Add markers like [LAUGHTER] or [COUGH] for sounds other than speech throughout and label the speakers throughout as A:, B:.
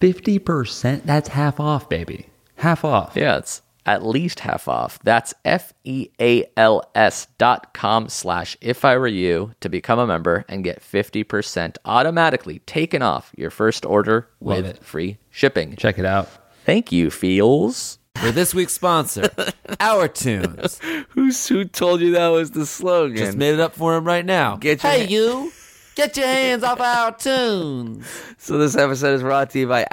A: 50%, that's half off, baby. Half off.
B: Yeah, it's at least half off. That's F E A L S dot com slash if I were you to become a member and get 50% automatically taken off your first order
A: Love
B: with
A: it.
B: free shipping.
A: Check it out.
B: Thank you, Feels.
C: For this week's [LAUGHS] sponsor, Our Tunes.
B: Who's who told you that was the slogan?
C: Just made it up for him right now.
D: Get your
C: hey,
D: hand-
C: you! Get your hands off Our Tunes.
B: [LAUGHS] so this episode is brought to you by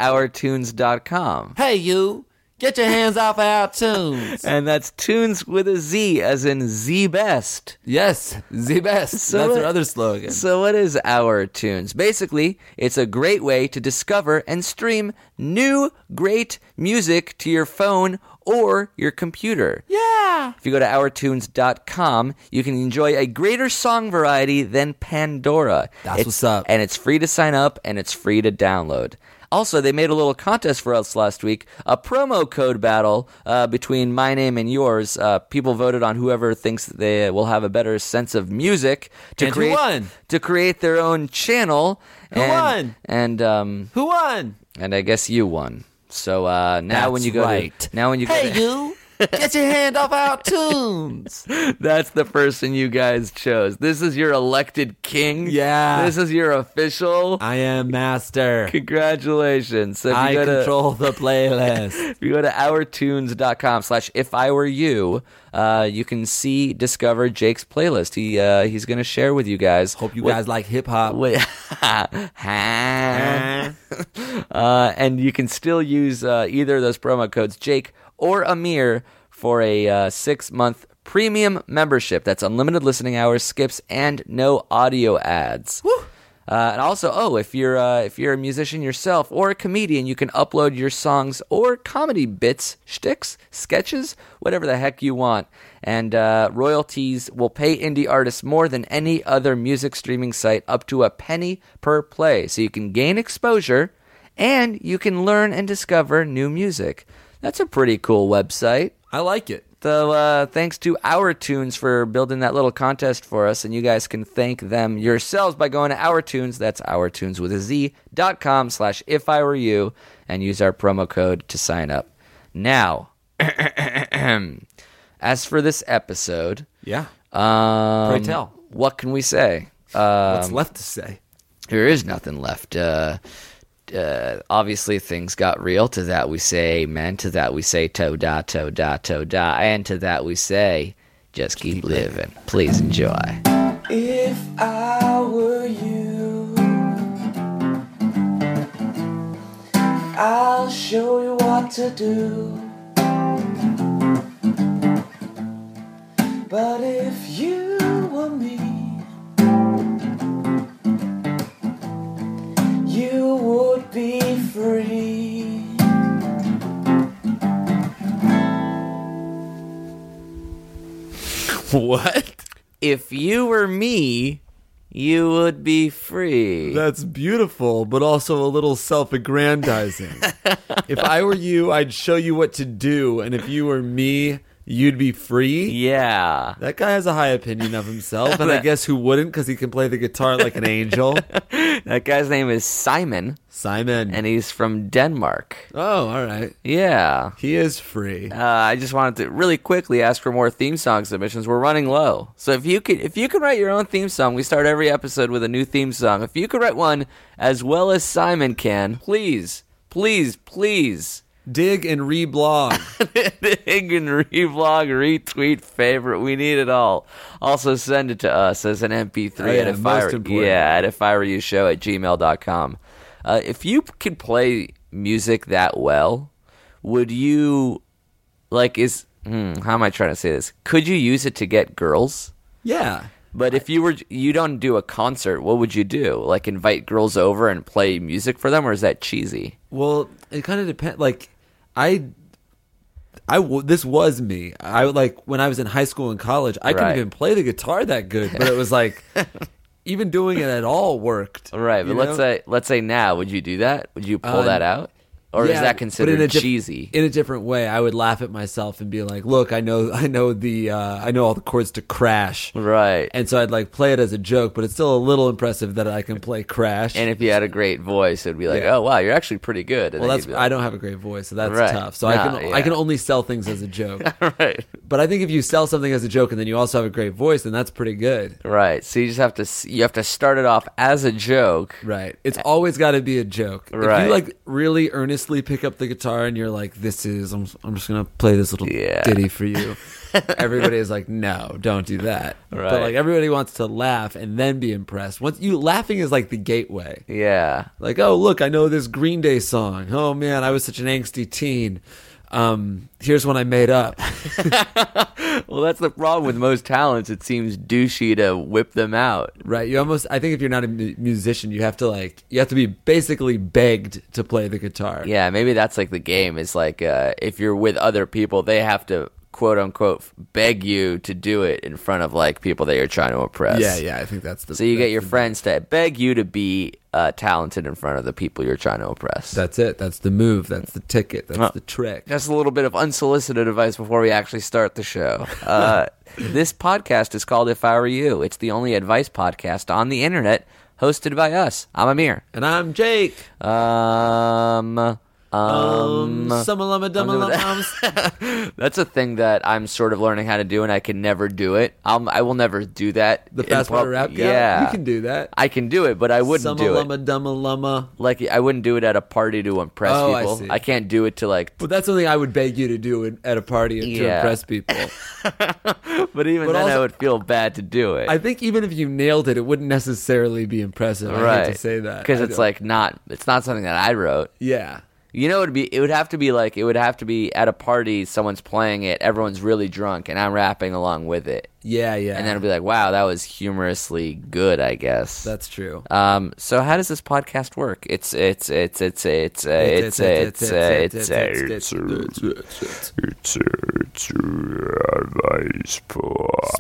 B: OurTunes.com.
C: Hey, you! Get your hands off Our Tunes.
B: And that's tunes with a Z, as in Z best.
C: Yes, the
B: [LAUGHS]
C: best. That's
B: what-
C: our other slogan.
B: So, what is Our Tunes? Basically, it's a great way to discover and stream new great music to your phone or your computer.
C: Yeah.
B: If you go to OurTunes.com, you can enjoy a greater song variety than Pandora.
C: That's
B: It's-
C: what's up.
B: And it's free to sign up and it's free to download. Also, they made a little contest for us last week, a promo code battle uh, between my name and yours. Uh, people voted on whoever thinks they will have a better sense of music to
C: And who
B: create
C: won?
B: to create their own channel. Who and,
C: won?
B: And um,
C: Who won?
B: and I guess you won. So uh, now when
C: That's
B: you go
C: right.
B: to, now when you go
C: Hey,
B: to,
C: you! Get your hand off Our
B: [LAUGHS]
C: Tunes.
B: That's the person you guys chose. This is your elected king.
C: Yeah.
B: This is your official.
C: I
B: [LAUGHS]
C: am master.
B: Congratulations. So if you
C: I
B: go to-
C: control
B: [LAUGHS]
C: the playlist.
B: if you go to ourtunes.com slash if I were you, uh, you can see discover Jake's playlist. He uh, he's gonna share with you guys.
C: Hope you
B: what-
C: guys like hip hop. [LAUGHS]
B: Wait. uh, and you can still use uh, either of those promo codes, Jake or Amir, for a uh, six month premium membership. That's unlimited listening hours, skips, and no audio ads. Uh, and also, oh, if you're uh, if you're a musician yourself or a comedian, you can upload your songs or comedy bits, shticks, sketches, whatever the heck you want. And uh, royalties will pay indie artists more than any other music streaming site, up to a penny per play. So you can gain exposure, and you can learn and discover new music. That's a pretty cool website.
C: I like it.
B: So uh, thanks to Our Tunes for building that little contest for us, and you guys can thank them yourselves by going to Our Tunes. That's Our Tunes with a Z dot com slash If I Were You, and use our promo code to sign up. Now, [CLEARS THROAT] as for this episode,
C: Yeah.
B: um,
C: Pray tell.
B: what can we say? Uh,
C: What's left
B: [LAUGHS]
C: to say?
B: there is nothing left. Uh, uh, obviously, things got real. To that we say amen. To that we say toda, toda, toda. And to that we say, just keep, living. Please enjoy.
E: If I were you, I'll show you what to do. But if you were me, you would be free.
C: What?
B: If you were me, you would be free.
C: [LAUGHS] That's beautiful, but also a little
B: [LAUGHS]
C: self aggrandizing. if I were you, I'd show you what to do, and if you were me, You'd be free.
B: [LAUGHS] Yeah.
C: That guy has a high opinion of
B: [LAUGHS]
C: himself, and I guess who wouldn't because he can play the guitar like an angel.
B: That guy's name is Simon,
C: Simon.
B: and he's from Denmark.
C: oh, all right.
B: Yeah.
C: He is free.
B: Uh, I just wanted to really quickly ask for more theme song submissions. We're running low, so if you could, if you can write your own theme song, we start every episode with a new theme song. If you could write one as well as Simon can, please, please, please,
C: Dig and reblog.
B: [LAUGHS] dig and revlog, retweet, favorite. We need it all. Also, send it to us as an MP3
C: Oh, yeah,
B: at if I
C: most
B: were,
C: important.
B: yeah at if I were you show at gmail.com. Uh, if you could play music that well, would you like is hmm, how am I trying to say this? Could you use it to get girls?
C: yeah.
B: But if you were you don't do a concert, what would you do? Like invite girls over and play music for them, or is that cheesy?
C: Well, it kind of depends. Like, I, I w- this was me. I like when I was in high school and college. I
B: Right.
C: couldn't even play the guitar that good, but it
B: [LAUGHS]
C: was like, even doing it at all worked.
B: Right, but
C: you
B: let's
C: know?
B: say let's say now, would you do that? Would you pull
C: Uh,
B: that out, or is
C: Yeah,
B: that
C: but
B: considered
C: in a diff-
B: cheesy?
C: In a different way, I would laugh at myself and be like, "Look, I know, I know the, uh, I know all the chords to Crash."
B: right, and,
C: And so I'd like play it as a joke, but it's still a little impressive that I can play Crash.
B: if you had a great voice, it'd be like,
C: Yeah.
B: oh wow, you're actually pretty good. And
C: well,
B: then
C: that's
B: you'd be
C: I don't have a great voice, so that's
B: Right.
C: tough. So I
B: Nah,
C: can
B: yeah.
C: I can only sell things as a joke.
B: like, [LAUGHS] right,
C: but I think if you sell something as a joke and then you also have a great voice, then that's pretty good.
B: right. So you just have to s- you have to start it off as a joke.
C: Right. It's always got to be a joke. If
B: Right.
C: you like really earnestly pick up the guitar and you're like, "This is," I'm, I'm just gonna play this little
B: Yeah.
C: ditty for
B: [LAUGHS]
C: you. everybody is like, "No, don't do that."
B: Right.
C: But like everybody wants to laugh and then be impressed. Once you laughing is like the gateway.
B: Yeah,
C: Like, oh look, I know this Green Day song. Oh man, I was such an angsty teen. Um, here's one I made up.
B: well, that's the problem with most talents. It seems douchey to whip them out.
C: Right. You almost. I think if you're not a mu- musician, you have to like. You have to be basically begged to play the guitar.
B: Yeah, maybe that's like the game. Is like uh, if you're with other people, they have to quote unquote beg you to do it in front of like people that you're trying to impress.
C: Yeah. Yeah. I think that's the.
B: So you get
C: that's
B: your friends to beg you to be uh, talented in front of the people you're trying to impress.
C: That's it. That's the move. That's the ticket. That's the trick.
B: Just a little bit of unsolicited advice before we actually start the
C: [LAUGHS]
B: show. Uh, this podcast is called If I Were You. It's the only advice podcast on the internet hosted by us. I'm Amir.
C: And I'm Jake.
B: Um, um,
C: Um, summa lumma dumma
B: I'm doing
C: lumma
B: that. [LAUGHS]
C: ums.
B: that's a thing that I'm sort of learning how to do, and I can never do it. Um, I will never do that.
C: The
B: in
C: fast
B: pub-
C: water rap.
B: Yeah,
C: You can do that.
B: I can do it, but I wouldn't
C: summa
B: do it.
C: lumma dumma lumma.
B: like I wouldn't do it at a party to impress
C: Oh, I
B: people.
C: see.
B: can't do it to like.
C: But that's something I would beg you to do in- at a party and to
B: Yeah.
C: impress
B: [LAUGHS]
C: people.
B: But even
C: But
B: then, I
C: also-
B: would feel bad to do it.
C: I think even if you nailed it, it wouldn't necessarily be impressive. I hate to say that
B: because
C: I
B: it's
C: don't-
B: like not. It's not something that I wrote.
C: yeah.
B: You know, it'd be. It would have to be like. It would have to be at a party. Someone's playing it. Everyone's really drunk, and I'm rapping along with it.
C: Yeah, yeah.
B: And then it'd be like, wow, that was humorously good. I guess.
C: that's true.
B: Um, so how does this podcast work? It's it's it's it's it's uh, it's uh, it's uh, it's uh, it's uh,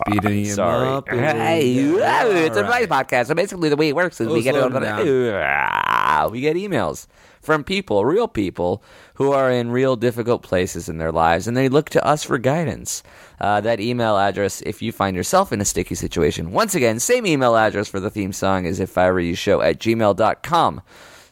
C: Speeding him
B: Ah, sorry.
C: up.
B: Hey, whoa, it's a
C: Alright.
B: advice podcast. So basically, the way it works is we get
C: slow it down.
B: [LAUGHS] we get emails from people, real people who are in real difficult places in their lives, and they look to us for guidance. Uh, that email address, if you find yourself in a sticky situation, once again, same email address for the theme song is if I were you show at gmail.com.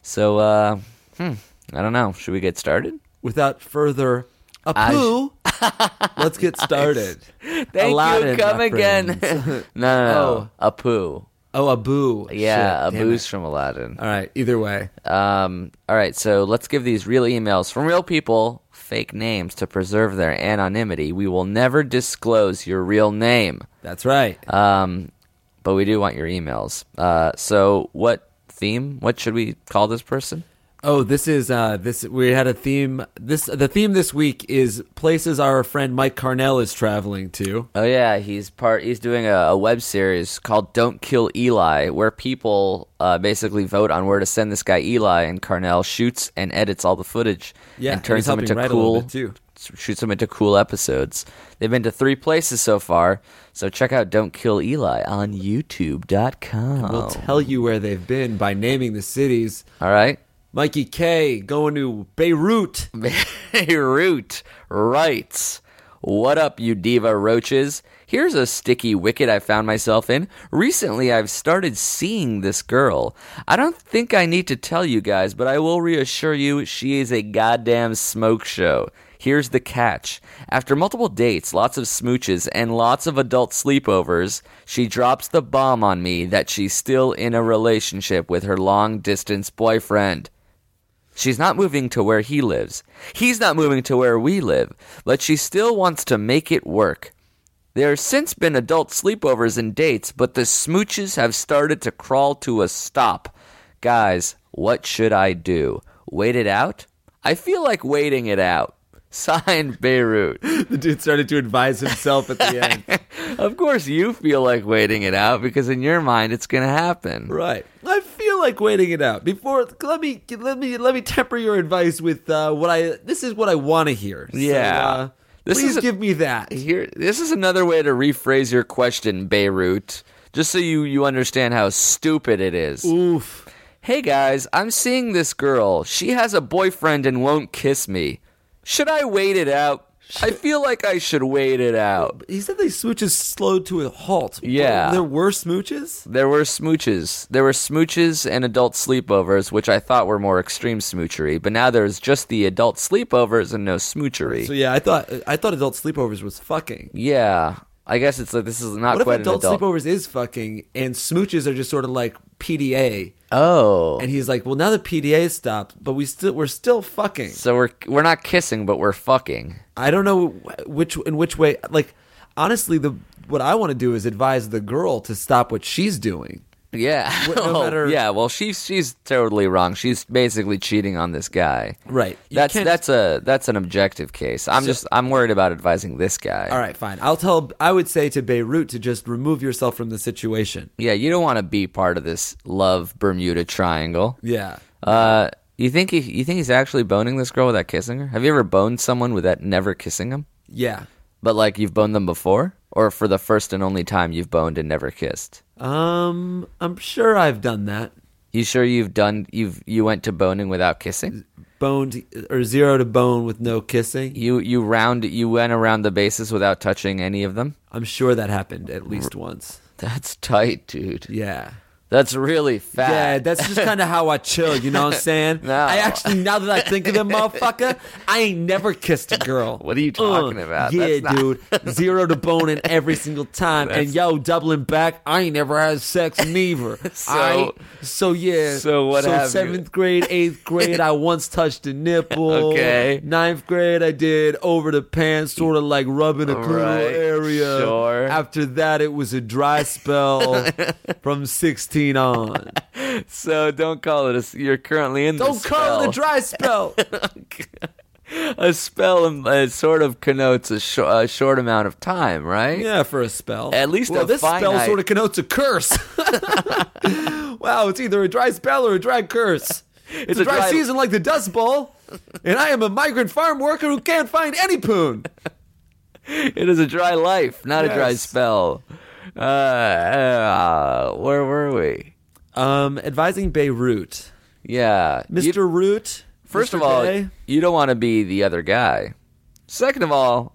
B: So, uh, hmm, I don't know. Should we get started?
C: Without further ado, [LAUGHS]
B: [LAUGHS]
C: let's get started.
B: Thank
C: Aladdin,
B: you. Come
C: my
B: again. [LAUGHS]
C: friends.
B: no, no, no. A poo.
C: oh, Abu.
B: [LAUGHS] Yeah,
C: Shit,
B: a
C: damn
B: booze
C: it.
B: from Aladdin.
C: All right. Either way,
B: Um, all right, so let's give these real emails from real people, fake names to preserve their anonymity. We will never disclose your real name,
C: that's right.
B: um, but we do want your emails. Uh, so what theme? What should we call this person?
C: oh, this is uh this. We had a theme. This the theme this week is places our friend Mike Carnell is traveling to.
B: Oh yeah, he's part. He's doing a, a web series called "Don't Kill Eli," where people uh, basically vote on where to send this guy Eli, and Carnell shoots and edits all the footage.
C: Yeah,
B: and
C: and he's
B: turns them
C: helping
B: into
C: write a little
B: cool.
C: bit, too.
B: Shoots them into cool episodes. They've been to three places so far, so check out "Don't Kill Eli" on YouTube.com.
C: We'll tell you where they've been by naming the cities.
B: all right,
C: Mikey
E: [LAUGHS]
C: K going to Beirut.
B: Beirut writes.
E: What up, you diva roaches? Here's a sticky wicket I found myself in. Recently, I've started seeing this girl. I don't think I need to tell you guys, but I will reassure you she is a goddamn smoke show. Here's the catch. After multiple dates, lots of smooches, and lots of adult sleepovers, she drops the bomb on me that she's still in a relationship with her long distance boyfriend. She's not moving to where he lives. He's not moving to where we live, but she still wants to make it work. There have since been adult sleepovers and dates, but the smooches have started to crawl to a stop. Guys, what should I do? Wait it out? I feel like waiting it out. [LAUGHS] Signed Beirut.
C: The dude started to advise himself at
E: [LAUGHS]
C: the end.
E: of course, you feel like waiting it out because in your mind it's going to happen.
C: right. I feel like waiting it out. Before let me let me let me temper your advice with uh, what I this is what I want to hear. So,
E: Yeah.
C: uh,
E: This
C: please
E: is a-
C: give me that.
E: Here, this is another way to rephrase your question, Beirut, just so you, you understand how stupid it is.
C: Oof.
E: Hey guys, I'm seeing this girl. She has a boyfriend and won't kiss me. Should I wait it out? I feel like I should wait it out.
C: He said they smooches slowed to a halt.
E: Yeah.
C: There were smooches?
E: There were smooches. There were smooches and adult sleepovers, which I thought were more extreme smoochery, but now there's just the adult sleepovers and no smoochery.
C: So yeah, I thought I thought adult sleepovers was fucking.
E: yeah. I guess it's like this is not
C: What if
E: quite
C: adult,
E: an adult.
C: sleepovers is fucking and smooches are just sort of like PDA?
E: oh.
C: And he's like, well, now the PDA stopped, but we still we're still fucking.
E: So we're we're not kissing, but we're fucking.
C: I don't know wh- which in which way. Like honestly, the what I want to do is advise the girl to stop what she's doing.
E: Yeah.
C: no
E: [LAUGHS] Oh,
C: matter-
E: yeah. Well, she's she's totally wrong. She's basically cheating on this guy.
C: Right. You
E: That's
C: can't-
E: that's a that's an objective case. I'm just I'm worried about advising this guy.
C: All right, fine. I'll tell. I would say to Beirut to just remove yourself from the situation.
E: Yeah, you don't want to be part of this love Bermuda Triangle.
C: Yeah.
E: Uh, you think he, you think he's actually boning this girl without kissing her? Have you ever boned someone without never kissing him?
C: Yeah.
E: But like you've boned them before, or for the first and only time you've boned and never kissed.
C: Um, I'm sure I've done that.
E: You sure you've done you've you went to boning without kissing?
C: Boned or zero to bone with no kissing.
E: You you round you went around the bases without touching any of them. [LAUGHS]
C: I'm sure that happened at least once.
E: That's tight, dude.
C: Yeah.
E: That's really fat.
C: Yeah, that's just kind of how I chill, you know what I'm saying?
E: [LAUGHS] No.
C: I actually, now that I think of them, motherfucker, I ain't never kissed a girl.
E: What are you talking about?
C: Yeah,
E: That's not-
C: dude, zero to bone in every single time, and yo, doubling back, I ain't never had sex neither.
E: [LAUGHS] So-
C: I- so yeah,
E: so what
C: So
E: have you-
C: seventh grade, eighth grade, I once touched a nipple.
E: Okay.
C: ninth grade, I did over the pants, sort of like rubbing a cruel
E: Right,
C: area.
E: sure.
C: After that, it was a dry
E: [LAUGHS]
C: spell from sixteen on.
E: So don't call it a. s- You're currently in.
C: Don't
E: the
C: call it a
E: spell.
C: dry spell.
E: A spell um, uh, sort of connotes a, sh- a short amount of time,
C: [LAUGHS]
E: right?
C: Yeah, for a spell.
E: At least
C: well,
E: a
C: this spell
E: finite-
C: sort of connotes a
E: [LAUGHS]
C: curse. wow, it's either a dry spell or a dry curse. It's, a,
E: a
C: dry,
E: dry-
C: season like the Dust Bowl, and I am a migrant farm worker who can't find any poon.
E: It is a dry life, not a dry
C: Yes.
E: spell. Uh, uh, where were we?
C: Um, advising Beirut,
E: Yeah,
C: Mister
E: You-
C: Root.
E: first of
C: Mr.
E: all,
C: Day?
E: you don't want to be the other guy. Second of all,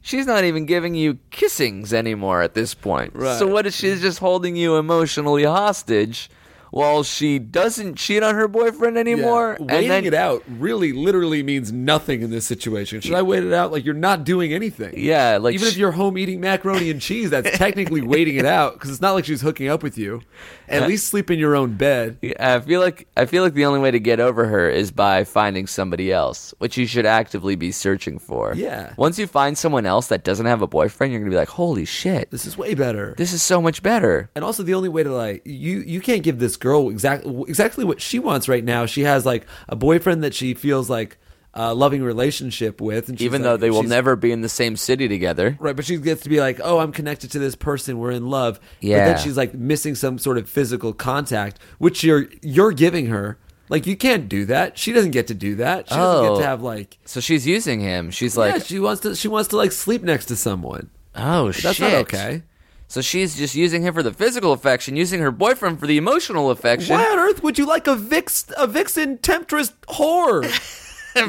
E: she's not even giving you kissings anymore at this point.
C: Right.
E: So what if she's just holding you emotionally hostage? While she doesn't cheat on her boyfriend anymore,
C: Yeah, waiting
E: and then
C: it out really literally means nothing in this situation. Should I wait it out? Like you're not doing anything.
E: Yeah, like
C: even if
E: sh-
C: you're home eating macaroni and cheese, that's technically waiting it out because it's not like she's hooking up with you. At least sleep in your own bed.
E: I feel like I feel like the only way to get over her is by finding somebody else, which you should actively be searching for.
C: Yeah.
E: Once you find someone else that doesn't have a boyfriend, you're gonna be like, "Holy shit,
C: This is way better.
E: this is so much better."
C: and also the only way to like you you can't give this girl exactly exactly what she wants right now. She has like a boyfriend that she feels like a loving relationship with, and she's
E: Even
C: like-
E: though they will
C: she's-
E: never be in the same city together.
C: Right, but she gets to be like, "Oh, I'm connected to this person. We're in love." But
E: Yeah.
C: then she's like missing some sort of physical contact, which you're you're giving her. Like you can't do that. She doesn't get to do that. She doesn't
E: Oh.
C: get to have like.
E: So she's using him. She's like,
C: yeah, she wants to. She wants to like sleep next to someone.
E: "Oh shit,
C: That's not okay.
E: So she's just using him for the physical affection, using her boyfriend for the emotional affection. [LAUGHS]
C: Why on earth would you like a vix a vixen temptress whore?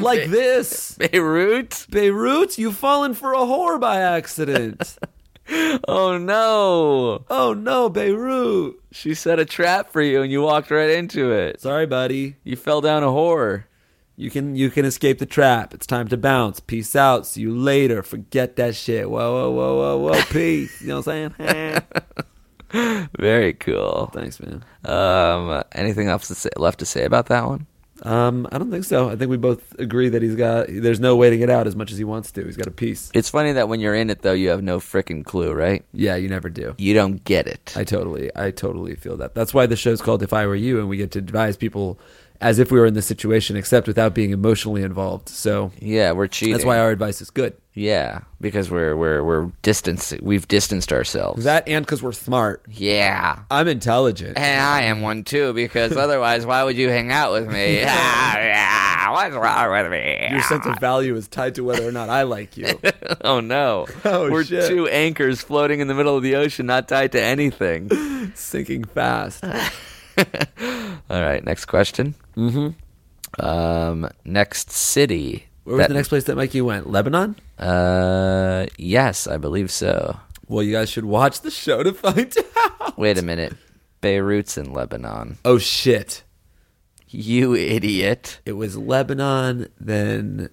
C: like this.
E: [LAUGHS] Beirut.
C: Beirut, you've fallen for a whore by
E: [LAUGHS]
C: accident.
E: Oh no.
C: oh no, Beirut.
E: She set a trap for you and you walked right into it.
C: Sorry, buddy.
E: You fell down a horror.
C: You can you can escape the trap. It's time to bounce. Peace out. See you later. Forget that shit. Whoa, whoa, whoa, whoa,
E: [LAUGHS]
C: whoa. Peace. You know what I'm saying? [LAUGHS]
E: Very cool.
C: Thanks, man.
E: Um anything else to say, left to say about that one?
C: Um, I don't think so. I think we both agree that he's got. There's no way to get out as much as he wants to. He's got a piece.
E: It's funny that when you're in it though you have no freaking clue, right?
C: Yeah, you never do.
E: You don't get it.
C: I totally, I totally feel that. That's why the show's called "If I Were You," and we get to advise people as if we were in the situation, except without being emotionally involved. So
E: yeah, we're cheating.
C: that's why our advice is good.
E: Yeah, because we're we're we're distanced we've distanced ourselves.
C: That and because we're smart.
E: yeah.
C: I'm intelligent.
E: And I am one too, because otherwise, why would you hang out with
C: [LAUGHS]
E: me? Ah, [LAUGHS] yeah, what's wrong with me?
C: Your sense of value is tied to whether or not I like [LAUGHS] you.
E: [LAUGHS] oh no!
C: Oh,
E: We're
C: shit.
E: two anchors floating in the middle of the ocean, not tied to anything.
C: Sinking fast.
E: All right, next question. Mm-hmm. Um, next city.
C: Where was the next place that Mikey went? Lebanon.
E: Uh, yes, I believe so.
C: Well, you guys should watch the show to find [LAUGHS] out.
E: Wait a minute. Beirut's in Lebanon.
C: Oh shit.
E: You idiot!
C: it was Lebanon, then,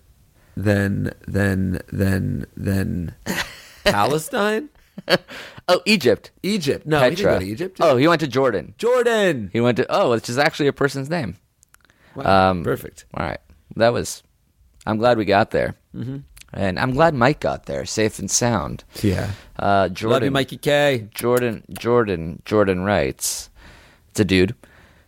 C: then, then, then, [LAUGHS] then Palestine,
E: Oh, Egypt.
C: Egypt. No, he didn't
E: Petra.
C: go to Egypt.
E: Oh, he went to Jordan.
C: Jordan.
E: He went to oh, which is actually a person's name.
C: Wow,
E: Um,
C: perfect.
E: All right, that was. I'm glad we got there, mm-hmm. and I'm glad Mike got there safe and sound.
C: Yeah.
E: Uh, Jordan,
C: Love you, Mikey K.
E: Jordan, Jordan, Jordan writes. It's a dude.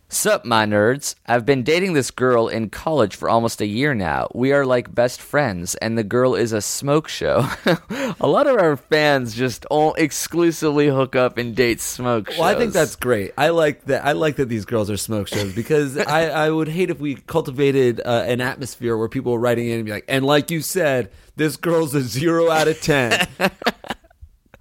E: Sup, my nerds. I've been dating this girl in college for almost a year now. We are like best friends, and the girl is a smoke show. [LAUGHS] a lot of our fans just all exclusively hook up and date smoke shows.
C: Well, I think that's great. I like that. I like that these girls are smoke shows
E: [LAUGHS]
C: because I, I would hate if we cultivated uh, an atmosphere where people were writing in and be like, and like you said, this girl's a zero out of
E: [LAUGHS]
C: ten.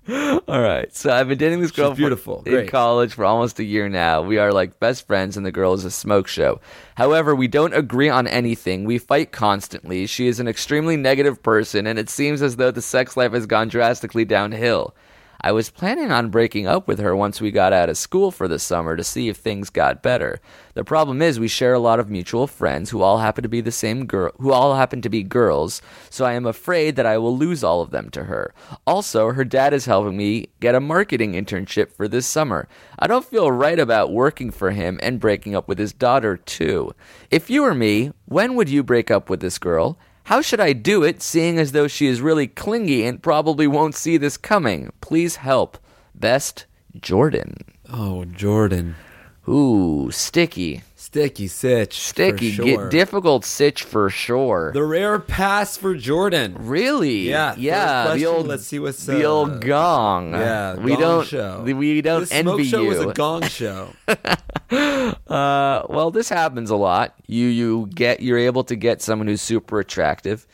E: All right. So I've been dating this girl for-
C: beautiful.
E: in
C: Great.
E: college for almost a year now. We are like best friends, and the girl is a smoke show. However, we don't agree on anything. We fight constantly. She is an extremely negative person, and it seems as though the sex life has gone drastically downhill. I was planning on breaking up with her once we got out of school for the summer to see if things got better. The problem is we share a lot of mutual friends who all happen to be the same girl who all happen to be girls, so I am afraid that I will lose all of them to her. Also, her dad is helping me get a marketing internship for this summer. I don't feel right about working for him and breaking up with his daughter too. If you were me, when would you break up with this girl? How should I do it, seeing as though she is really clingy and probably won't see this coming? Please help. Best, Jordan.
C: oh, Jordan,
E: Ooh, sticky.
C: sticky sitch, for
E: Sticky.
C: sure.
E: Get difficult sitch for sure.
C: The rare pass for Jordan.
E: really?
C: Yeah,
E: Yeah.
C: third
E: the
C: question,
E: old,
C: let's see what's,
E: the
C: uh,
E: old gong.
C: Yeah,
E: we
C: gong
E: don't.
C: Show.
E: We don't
C: this smoke
E: envy
C: show
E: you.
C: was a gong
E: [LAUGHS]
C: show.
E: Uh, well, this happens a lot. You you get you're able to get someone who's super attractive,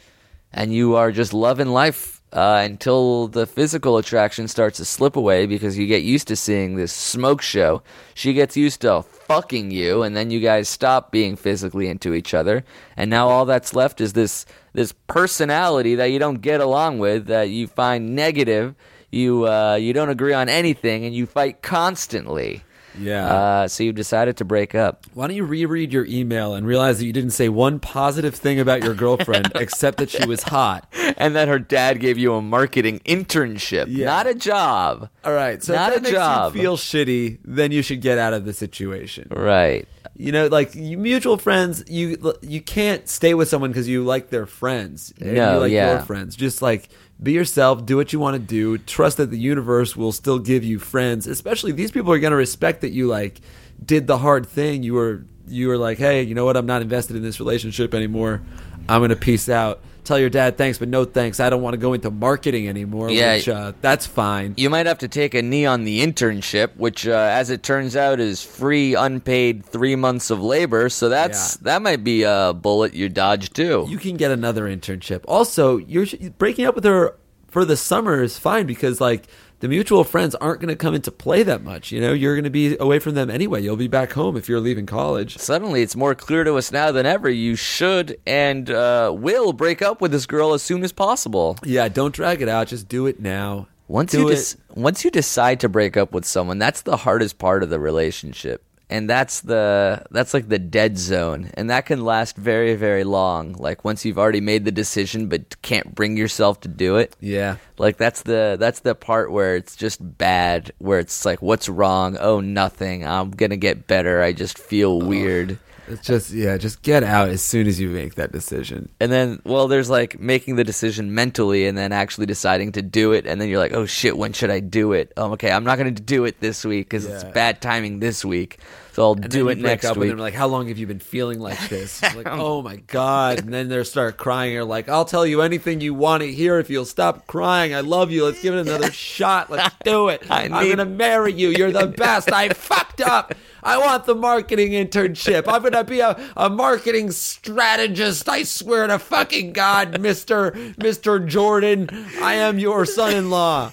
E: and you are just loving life uh, until the physical attraction starts to slip away because you get used to seeing this smoke show. She gets used to fucking you, and then you guys stop being physically into each other, and now all that's left is this this personality that you don't get along with that you find negative. You uh, you don't agree on anything, and you fight constantly.
C: Yeah.
E: Uh, so you've decided to break up.
C: Why don't you reread your email and realize that you didn't say one positive thing about your [LAUGHS] girlfriend except that she was hot.
E: [LAUGHS] And then her dad gave you a marketing internship,
C: Yeah.
E: not a job.
C: All right, so
E: Not
C: if that
E: a
C: makes
E: job.
C: you feel shitty, then you should get out of the situation.
E: Right.
C: You know, like you, mutual friends, you you can't stay with someone because you like their friends. and
E: No,
C: you like
E: yeah.
C: your friends. Just like be yourself, do what you want to do. Trust that the universe will still give you friends. Especially these people are going to respect that you like did the hard thing. You were you were like, hey, you know what? I'm not invested in this relationship anymore. I'm going to peace out. Tell your dad thanks, but no thanks. I don't want to go into marketing anymore.
E: Yeah.
C: which, uh, that's fine.
E: You might have to take a knee on the internship, which, uh, as it turns out, is free, unpaid three months of labor. So that's
C: Yeah.
E: that might be a bullet you dodge too.
C: you can get another internship. Also, you're breaking up with her for the summer is fine because like the mutual friends aren't going to come into play that much. You know, you're going to be away from them anyway. You'll be back home if you're leaving college.
E: Suddenly, it's more clear to us now than ever. You should and uh, will break up with this girl as soon as possible.
C: Yeah, don't drag it out. Just do it now.
E: Once
C: Do
E: you
C: it.
E: des- once you decide to break up with someone, that's the hardest part of the relationship. And that's the that's like the dead zone. And that can last very very long. Like once you've already made the decision but can't bring yourself to do it.
C: Yeah.
E: Like that's the that's the part where it's just bad where it's like what's wrong? Oh, nothing. I'm going to get better. I just feel weird.
C: It's just yeah, just get out as soon as you make that decision.
E: And then, well, there's like making the decision mentally and then actually deciding to do it. And then you're like, oh shit, when should I do it? Um, okay, I'm not going to do it this week because it's
C: Yeah.
E: bad timing this week. So I'll
C: And then
E: do
C: you
E: it
C: break
E: next
C: up with
E: week.
C: them, like, how long have you been feeling like this?
E: [LAUGHS]
C: It's like, oh my god! And then they start crying. You're like, I'll tell you anything you want to hear if you'll stop crying. I love you. Let's give it another
E: [LAUGHS]
C: shot. Let's do it.
E: I
C: I'm
E: need-
C: gonna marry you. You're the best.
E: [LAUGHS]
C: I fucked up. I want the marketing internship. I'm gonna be a, a marketing strategist. I swear to fucking god, Mister Mister Jordan, I am your son-in-law.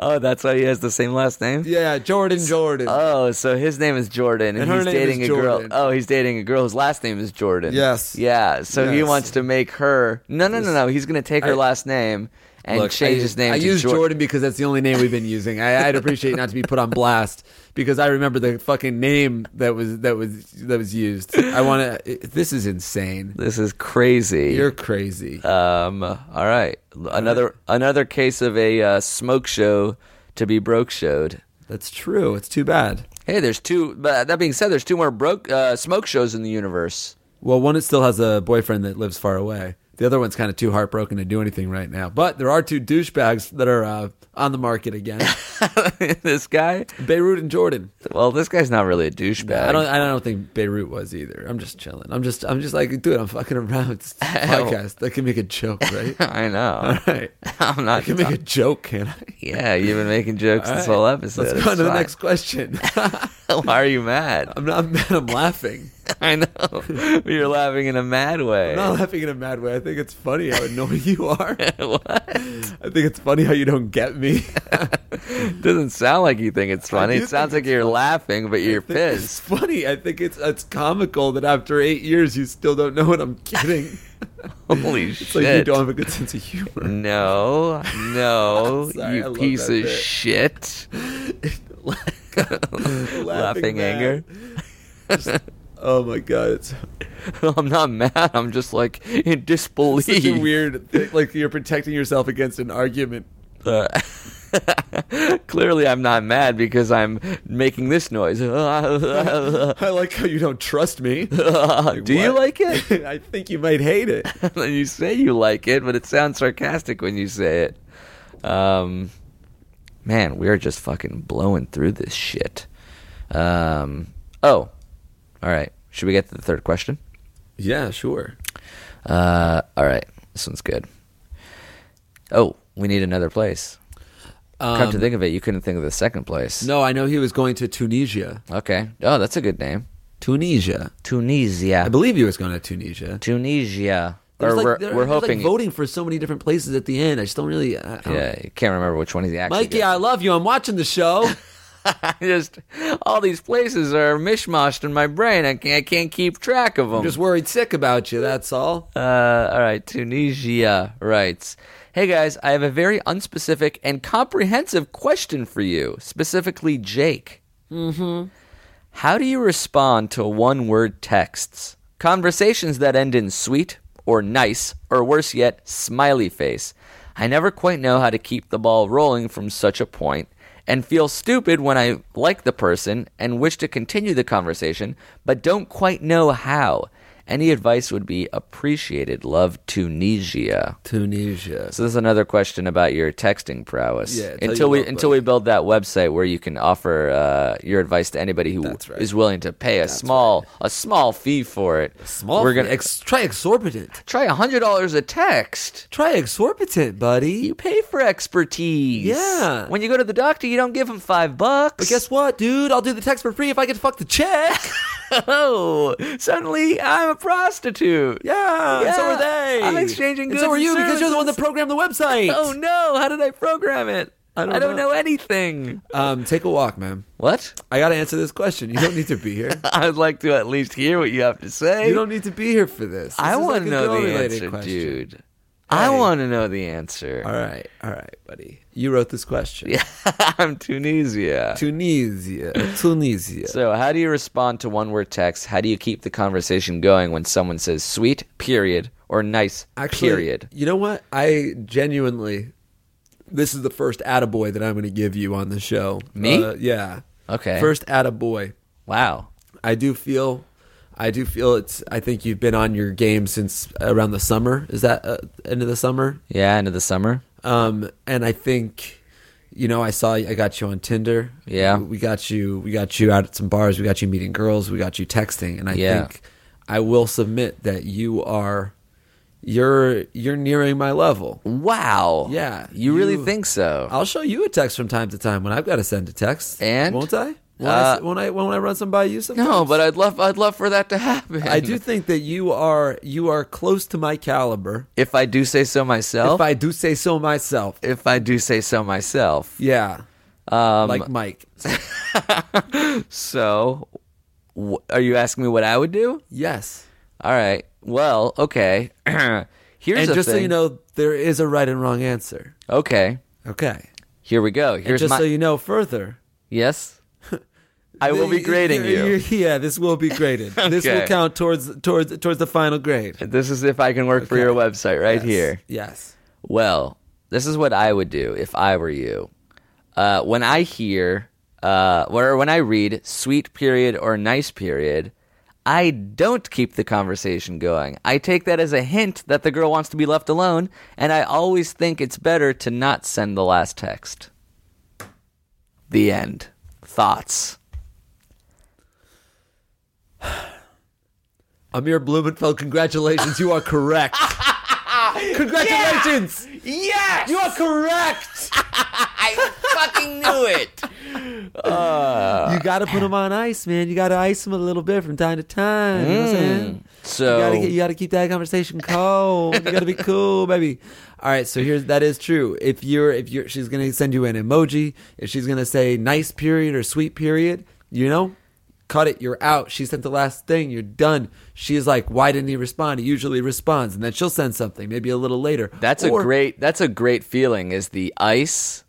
E: oh, that's why he has the same last name?
C: Yeah, Jordan Jordan.
E: Oh, so his name is Jordan, and,
C: And her
E: he's
C: name is
E: dating a girl.
C: Jordan.
E: Oh, he's dating a girl whose last name is Jordan.
C: Yes.
E: Yeah. So he
C: Yes.
E: wants to make her. No, no, no, no. He's going to take her
C: I-
E: last name and
C: Look,
E: change
C: I,
E: his name
C: I
E: to
C: use
E: Jor-
C: Jordan. because that's the only name we've been using. I, I'd appreciate not to be put on blast because I remember the fucking name that was that was that was used. I want to. This is insane.
E: This is crazy.
C: You're crazy.
E: Um. All right. Another another case of a uh, smoke show to be broke showed.
C: That's true. It's too bad.
E: Hey, there's two. But that being said, there's two more broke uh, smoke shows in the universe. [LAUGHS]
C: Well, one it still has a boyfriend that lives far away. The other one's kind of too heartbroken to do anything right now. But there are two douchebags that are uh, on the market again:
E: this guy.
C: Beirut and Jordan.
E: Well, this guy's not really a douchebag.
C: I don't. I don't think Beirut was either. I'm just chilling. I'm just. I'm just like, dude. I'm fucking around. It's a podcast. I can make a joke, right?
E: [LAUGHS] [LAUGHS] I
C: All [LAUGHS]
E: know.
C: right.
E: I'm
C: I
E: not.
C: can make a joke, can I?
E: yeah, you've been making jokes this
C: All right.
E: whole episode.
C: Let's
E: It's
C: go on to the
E: fine.
C: next question.
E: [LAUGHS]
C: [LAUGHS]
E: Why are you mad?
C: I'm not mad. I'm laughing.
E: I know. But [LAUGHS] You're laughing in a mad way.
C: I'm not laughing in a mad way. I think it's funny how annoying you are.
E: [LAUGHS] what?
C: I think it's funny how you don't get me.
E: Doesn't sound like you think it's funny.
C: do
E: It
C: think
E: sounds like you're laughing, but
C: [LAUGHS]
E: [LAUGHS] you're pissed.
C: It's funny. I think it's it's comical that after eight years you still don't know what I'm kidding.
E: [LAUGHS] Holy
C: [LAUGHS]
E: shit.
C: It's like you don't have a good sense of
E: [LAUGHS]
C: humor. [LAUGHS]
E: No, no,
C: Sorry, I
E: you
C: love
E: piece
C: that
E: of
C: bit.
E: shit. [LAUGHS] laughing,
C: mad.
E: anger.
C: Oh my god, it's
E: I'm not mad. I'm just like in disbelief.
C: such [LAUGHS] a weird thing. Like you're protecting yourself against an [LAUGHS] argument.
E: Uh, [LAUGHS] clearly, I'm not mad because I'm making this noise. [LAUGHS] Do
C: I like how you don't trust [LAUGHS] me.
E: you
C: what?
E: like
C: [LAUGHS]
E: it? [LAUGHS]
C: I think you might hate it.
E: you say you like it, but it sounds sarcastic when you say it. Um, man, we are just fucking blowing through this shit. Um, oh, all right. Should we get to the third question?
C: Yeah, sure.
E: Uh, all right. This one's good. Oh, we need another place. Come to think of it, you couldn't think of the second place.
C: Um, No, I know he was going to Tunisia.
E: Okay. Oh, that's a good name.
C: Tunisia.
E: Tunisia.
C: I believe he was going to Tunisia.
E: Tunisia.
C: There's
E: Or
C: like-
E: we're,
C: there-
E: we're
C: there's like
E: hoping.
C: voting for so many different places at the end. I just don't really. I, I don't-
E: yeah, I can't remember which one he's actually.
C: Mikey,
E: got.
C: I love you. I'm watching the [LAUGHS] show.
E: I [LAUGHS] just all these places are mishmashed in my brain. I can't, I can't keep track of them.
C: I'm just worried sick about you. That's all.
E: Uh, all right, Tunisia writes. Hey guys, I have a very unspecific and comprehensive question for you, specifically Jake. Mm-hmm. How do you respond to one-word texts, conversations that end in sweet or nice, or worse yet, smiley face? I never quite know how to keep the ball rolling from such a point, and feel stupid when I like the person and wish to continue the conversation, but don't quite know how. Any advice would be appreciated. Love Tunisia.
C: Tunisia.
E: So this is another question about your texting prowess.
C: Yeah, tell
E: until
C: you
E: we
C: what,
E: until we build that website where you can offer uh, your advice to anybody who is
C: That's right.
E: willing to pay a small a small fee for it.
C: Small.
E: We're gonna
C: ex- try exorbitant.
E: try hundred dollars a text.
C: Try exorbitant, buddy.
E: You pay for expertise.
C: Yeah.
E: When you go to the doctor, you don't give him five bucks.
C: But guess what, dude? I'll do the text for free if I get to fuck the check.
E: oh, suddenly I'm a prostitute.
C: Yeah, and so
E: Yeah,
C: are they.
E: I'm exchanging
C: And so
E: goods
C: are
E: and
C: you because you're the one that
E: services.
C: programmed the website.
E: Oh no! How did I program it? I don't, know. anything.
C: Um, take a walk, man.
E: What?
C: I got to answer this question. You don't need to be
E: [LAUGHS]
C: here.
E: I'd like to at least hear what you have to say.
C: You don't need to be here for this.
E: I want
C: want
E: to know the answer, dude. I
C: Hey.
E: want to know the answer.
C: All right, all right, buddy. You wrote this question.
E: Yeah, [LAUGHS] I'm Tunisia. [LAUGHS]
C: Tunisia, Tunisia.
E: So, how do you respond to one word text? How do you keep the conversation going when someone says sweet, period, or nice,
C: Actually,
E: period?
C: You know what? I genuinely, this is the first attaboy that I'm going to give you on the show.
E: Me?
C: Uh, yeah.
E: Okay.
C: First attaboy.
E: Wow.
C: I do feel, I do feel it's. I think you've been on your game since around the summer. Is that uh, end of the summer?
E: Yeah, end of the summer.
C: Um, and I think, you know, I saw I got you on Tinder.
E: Yeah.
C: we got you. We got you out at some bars. We got you meeting girls. We got you texting. And I
E: Yeah.
C: think I will submit that you are, you're you're nearing my level.
E: Wow.
C: Yeah,
E: You really
C: you-
E: think so?
C: I'll show you a text from time to time when I've got to send a text.
E: And?
C: won't I? When,
E: Uh,
C: I, when I when I run some by you sometimes.
E: [LAUGHS] no, but I'd love I'd love for that to happen.
C: I do think that you are you are close to my caliber.
E: [LAUGHS] If I do say so myself.
C: If I do say so myself.
E: if I do say so myself.
C: Yeah. Um, like Mike.
E: So, wh- are you asking me what I would do? [LAUGHS]
C: Yes.
E: All right. Well, okay. [CLEARS THROAT] Here's
C: And
E: the
C: just so
E: thing.
C: you know, there is a right and wrong answer.
E: Okay.
C: Okay.
E: Here we go.
C: And
E: Here's
C: just
E: my
C: so you know further.
E: yes. I will be
C: Y-
E: grading
C: y-
E: you.
C: y- Yeah, this will be
E: [LAUGHS]
C: graded. This
E: Okay.
C: will count towards towards towards the final grade.
E: This is if I can work for your website right
C: Yes.
E: here.
C: Yes.
E: Well, this is what I would do if I were you. Uh, when I hear, uh, or when I read sweet period or nice period, I don't keep the conversation going. I take that as a hint that the girl wants to be left alone, and I always think it's better to not send the last text. The end. Thoughts.
C: Amir Blumenfeld, congratulations. You are
E: [LAUGHS]
C: correct. congratulations.
E: Yes!
C: You are correct.
E: I fucking knew it!
C: you got to put him on ice, man. You got to ice him a little bit from time to time. You know what I'm saying?
E: Mm. So
C: You gotta, get, you gotta keep that conversation cold. you
E: [LAUGHS]
C: gotta be cool, baby. All right, so here's that is true. If you're if you're she's gonna send you an emoji, if she's gonna say nice period or sweet period, you know, cut it. You're out. She sent the last thing. You're done. She's like, why didn't he respond? He usually responds, and then she'll send something maybe a little later.
E: That's
C: Or-
E: a great that's a great feeling is the ice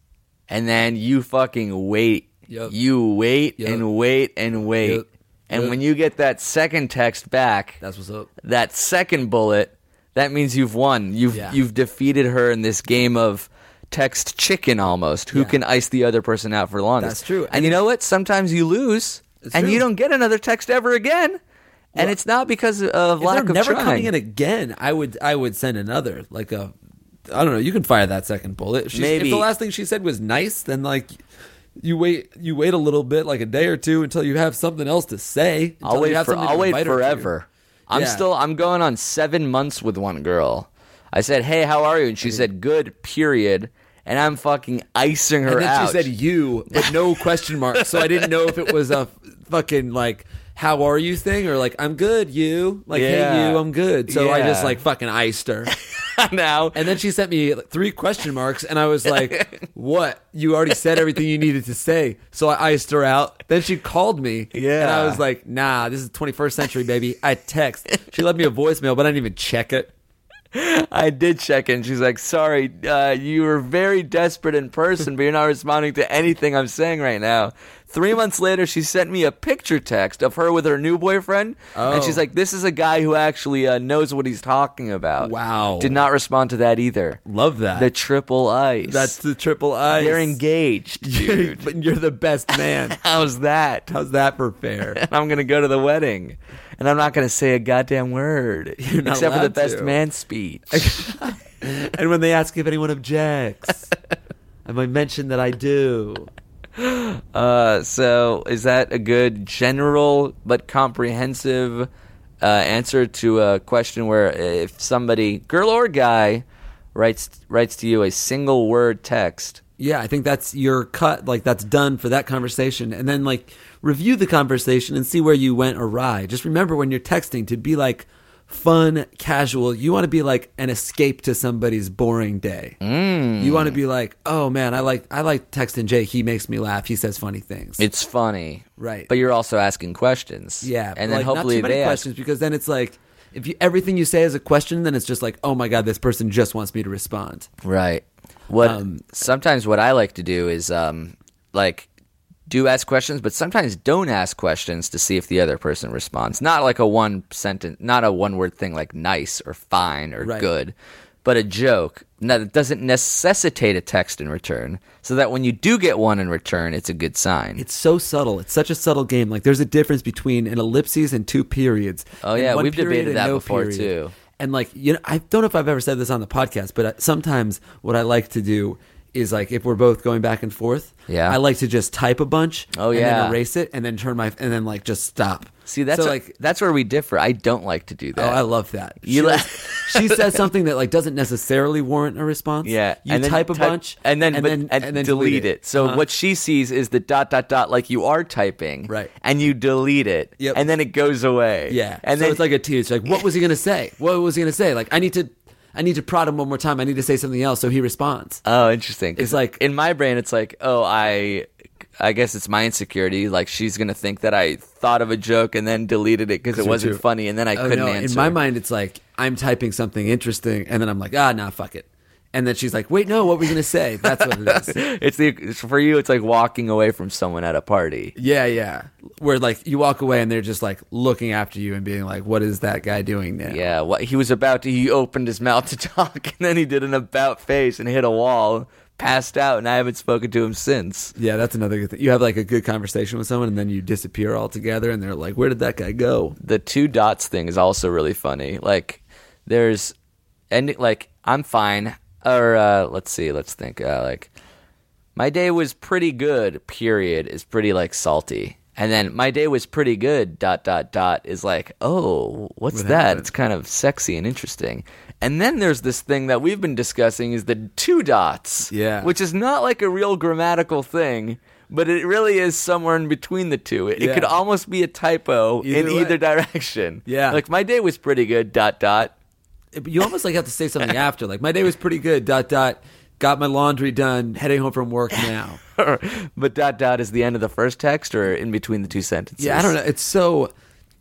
E: and then you fucking wait.
C: Yup.
E: You wait
C: Yup.
E: and wait and wait.
C: Yup.
E: And
C: Yup.
E: when you get that second text back,
C: That's what's up.
E: that second bullet, that means you've won. You've
C: Yeah.
E: you've defeated her in this game of text chicken almost. Who
C: Yeah.
E: can ice the other person out for the longest?
C: That's true.
E: And, you know what? Sometimes you lose
C: It's
E: and you
C: true.
E: don't get another text ever again. And it's not because of
C: If
E: lack
C: they're
E: of
C: never
E: trying.
C: coming in again, I would I would send another like a I don't know. You can fire that second bullet. If she's-
E: Maybe.
C: if the last thing she said was nice, then like you wait you wait a little bit, like a day or two, until you have something else to say. until
E: [LAUGHS] I'll
C: you
E: wait
C: have
E: for
C: something
E: I'll
C: to
E: wait
C: invite her to.
E: forever. I'm
C: Yeah.
E: still I'm going on seven months with one girl. I said, "Hey, how are you?" And she said, "Good." Period. And I'm fucking icing her
C: And then
E: out.
C: she said you, but
E: [LAUGHS]
C: no question mark. So I didn't know if it was a fucking like how are you thing or like I'm good, you like
E: Yeah.
C: hey you, I'm good. So I just
E: Yeah.
C: like fucking iced
E: [LAUGHS]
C: her. [LAUGHS]
E: "Now."
C: And then she sent me like, three question marks, and I was
E: [LAUGHS]
C: like, "What? You already said everything you needed to say." So I iced her out. Then she called me,
E: Yeah.
C: and I was like, "Nah, this is 21st century, baby." I text. She left me a voicemail, but I didn't even check it.
E: I did check in. She's like, "Sorry, uh, you were very desperate in person, but you're not responding to anything I'm saying right now." Three months later, she sent me a picture text of her with her new boyfriend, and she's
C: Oh.
E: like, "This is a guy who actually uh, knows what he's talking about."
C: Wow.
E: Did not respond to that either.
C: Love that.
E: The triple ice.
C: That's the triple I.
E: They're engaged, [LAUGHS] dude.
C: but [LAUGHS] you're the best man.
E: How's that?
C: How's that for
E: [LAUGHS]
C: fair?
E: And I'm gonna go to the wedding, and I'm not gonna say a goddamn word
C: not
E: [LAUGHS] except for the
C: allowed
E: best
C: to.
E: [LAUGHS] man speech.
C: and when they ask if anyone objects, I might mention that I do.
E: uh, so is that a good general but comprehensive uh, answer to a question where if somebody, girl or guy, writes writes to you a single word text?
C: Yeah, I think that's your cut. Like that's done for that conversation, and then like review the conversation and see where you went awry. Just remember when you're texting to be like, fun, casual. You want to be like an escape to somebody's boring day.
E: Mm.
C: You want to be like, oh man, I like I like texting Jake. He makes me laugh. He says funny things.
E: It's funny,
C: Right.
E: But you're also asking questions,
C: yeah,
E: And
C: but,
E: then
C: like,
E: hopefully
C: not too many
E: they ask.
C: questions because then it's like if you, everything you say is a question, then it's just like, oh my god, this person just wants me to respond.
E: Right. What
C: Um,
E: sometimes what I like to do is um like do ask questions, but sometimes don't ask questions to see if the other person responds. Not like a one sentence, not a one word thing like nice or fine or
C: Right.
E: good, but a joke now, that doesn't necessitate a text in return. So that when you do get one in return, it's a good sign.
C: It's so subtle. It's such a subtle game. Like there's a difference between an ellipses and two periods.
E: Oh,
C: And
E: yeah,
C: one
E: we've
C: period
E: debated
C: and
E: that before, too.
C: And like you know, I don't know if I've ever said this on the podcast, but I- sometimes what I like to do is like if we're both going back and forth,
E: Yeah.
C: I like to just type a bunch,
E: Oh,
C: and
E: yeah.
C: then erase it, and then turn my and then like just stop.
E: see, that's
C: So,
E: like
C: like
E: that's where we differ. I don't like to do
C: Oh,
E: that.
C: I love that.
E: [LAUGHS] You
C: she,
E: la-
C: like- [LAUGHS] she says something that like doesn't necessarily warrant a response.
E: Yeah,
C: you
E: and then
C: type a bunch
E: and then but- and, delete, it. So
C: Uh-huh.
E: what she sees is the dot dot dot, like you are typing,
C: Right.
E: And you delete it,
C: Yep.
E: and then it goes away,
C: Yeah,
E: And
C: and so
E: then
C: it's like a teacher. Like, what was he gonna say? What was he gonna say? Like, I need to, I need to prod him one more time. I need to say something else so he responds.
E: oh, interesting. 'Cause
C: It's like-
E: in my brain, it's like oh, I, I guess it's my insecurity. Like she's gonna think that I thought of a joke and then deleted it because it
C: you're
E: wasn't
C: too-
E: funny, and then I
C: Oh,
E: couldn't
C: no.
E: answer.
C: In my mind, it's like I'm typing something interesting, and then I'm like, ah, nah, fuck it. And then she's like, wait, no, what were you gonna say? That's what it is.
E: [LAUGHS] it's the it's- for you. It's like walking away from someone at a party.
C: Yeah, yeah. Where like you walk away and they're just like looking after you and being like, what is that guy doing now?
E: Yeah, what he was about to he opened his mouth to [LAUGHS] talk and then he did an about face and hit a wall, passed out, and I haven't spoken to him since.
C: Yeah, that's another good thing. You have like a good conversation with someone, and then you disappear altogether, and they're like, "Where did that guy go?"
E: The two dots thing is also really funny. Like there's ending like I'm fine or uh let's see, let's think. Uh like my day was pretty good, period, is pretty like salty. And then my day was pretty good, dot dot dot is like, oh, what's that? It's kind of sexy and interesting. And then there's this thing that we've been discussing is the two dots.
C: Yeah.
E: Which is not like a real grammatical thing, but it really is somewhere in between the two. It, it
C: Yeah.
E: could almost be a typo in
C: Either way.
E: either direction.
C: Yeah.
E: Like my day was pretty good, dot dot. [LAUGHS]
C: But You almost like have to say something after, like, "My day was pretty good." Dot dot. Got my laundry done. Heading home from work now.
E: but dot dot is the end of the first text or in between the two sentences.
C: Yeah, I don't know. It's so.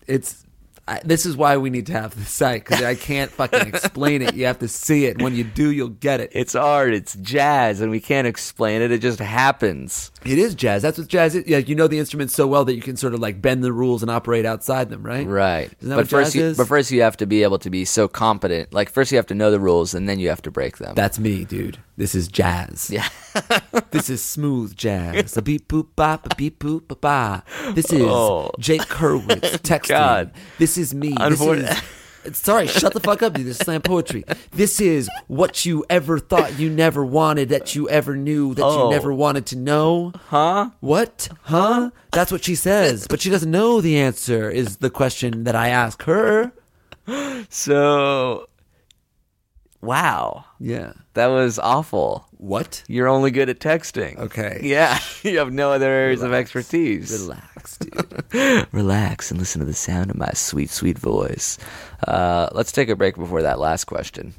C: It's. I, this is why we need to have the site because I can't fucking explain it. You have to see it. When you do, you'll get it.
E: It's art, it's jazz, and we can't explain it. It just happens.
C: It is jazz. That's what jazz is. Yeah, you know the instruments so well that you can sort of like bend the rules and operate outside them, right?
E: Right.
C: Isn't that
E: but
C: what
E: first
C: jazz
E: you,
C: is?
E: but first you have to be able to be so competent. Like first you have to know the rules and then you have to break them.
C: That's me, dude. This is jazz.
E: Yeah.
C: [LAUGHS] this is smooth jazz. A beep boop bop, a beep boop ba ba. This is
E: Oh.
C: Jake
E: [LAUGHS]
C: Kerwitz texting.
E: God.
C: This is me.
E: Unfor-
C: This is, [LAUGHS] sorry, shut the fuck up, dude. This is slam poetry. This is what you ever thought you never wanted, that you ever knew, that
E: Oh.
C: you never wanted to know. Huh? What? Huh? That's what she says, but she doesn't know the answer, is the question that I ask her.
E: so Wow.
C: Yeah.
E: That was awful.
C: What?
E: You're only good at texting.
C: Okay.
E: Yeah. [LAUGHS] You have no other areas of expertise.
C: Relax, dude.
E: Relax and listen to the sound of my sweet, sweet voice. Uh, let's take a break before that last question.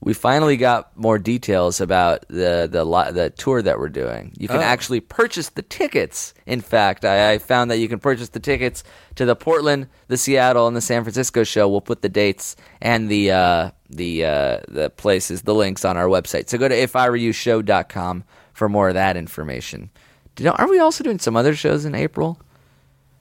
E: We finally got more details about the the, li- the tour that we're doing. You can actually purchase the tickets. In fact, I, I found that you can purchase the tickets to the Portland, the Seattle, and the San Francisco show. We'll put the dates and the uh, the uh, the places, the links on our website. So go to ifiwereyoushow.com for more of that information. Do you know- Are we also doing some other shows in April?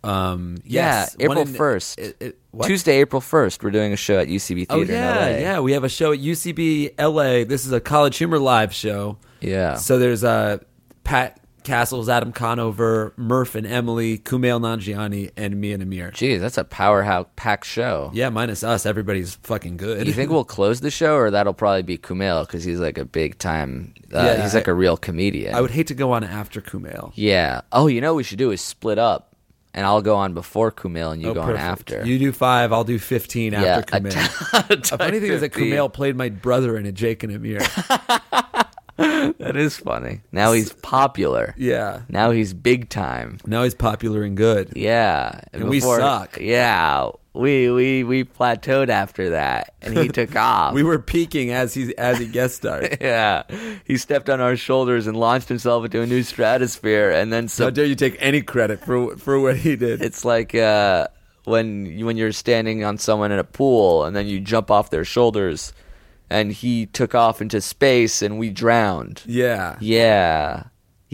C: Um, yes.
E: Yeah, April
C: One in-
E: first.
C: it- it- what?
E: Tuesday, April first, we're doing a show at UCB
C: Oh
E: Theater
C: yeah,
E: in LA.
C: yeah. We have a show at UCB LA. This is a College Humor live show.
E: Yeah.
C: So there's uh, Pat Castles, Adam Conover, Murph and Emily, Kumail Nanjiani, and me and Amir.
E: Jeez, that's a powerhouse packed show.
C: Yeah, minus us. Everybody's fucking good.
E: You think we'll close the show, or that'll probably be Kumail because he's like a big time. Uh,
C: Yeah,
E: he's like
C: I-
E: a real
C: [LAUGHS]
E: comedian.
C: I would hate to go on after Kumail.
E: yeah. Oh, you know what we should do is split up, and I'll go on before Kumail, and you
C: Oh,
E: go
C: perfect.
E: on after.
C: You do five. I'll do fifteen
E: yeah.
C: after Kumail.
E: a t- [LAUGHS]
C: The funny thing is that
E: Fifteen. [LAUGHS]
C: Kumail played my brother in a Jake and Amir.
E: that is funny. Now he's popular.
C: Yeah.
E: Now he's big time.
C: Now he's popular and good.
E: Yeah.
C: And we suck.
E: Yeah. We we we plateaued after that and
C: [LAUGHS]
E: he took off.
C: We were peaking as he as he guest starred.
E: yeah. He stepped on our shoulders and launched himself into a new stratosphere and then
C: How
E: so
C: dare you take any credit for for what he did?
E: it's like uh when you- when you're standing on someone in a pool and then you jump off their shoulders and he took off into space and we drowned.
C: yeah.
E: Yeah.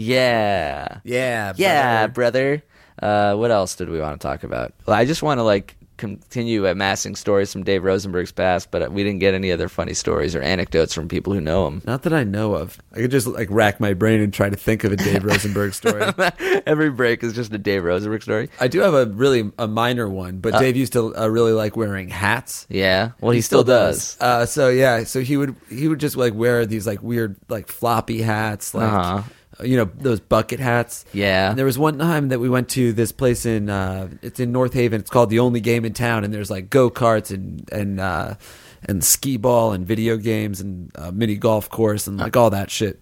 E: Yeah.
C: Yeah.
E: Yeah,
C: brother.
E: brother. Uh, what else did we want to talk about? Well, I just want to like continue amassing stories from Dave Rosenberg's past, but we didn't get any other funny stories or anecdotes from people who know him. [LAUGHS]
C: Not that I know of. I could just like rack my brain and try to think of a Dave Rosenberg story.
E: Every break is just a Dave Rosenberg story.
C: I do have a really a minor one, but Dave used to uh, really like wearing hats.
E: Yeah. Well, he, still, does.
C: Uh, so yeah, so he would he would just like wear these like weird like floppy hats, like
E: Uh-huh.
C: you know those bucket hats.
E: Yeah.
C: And there was one time that we went to this place in uh, it's in North Haven. It's called the Only Game in Town, and there's like go karts and and uh, and skee ball and video games and uh, mini golf course and like all that shit.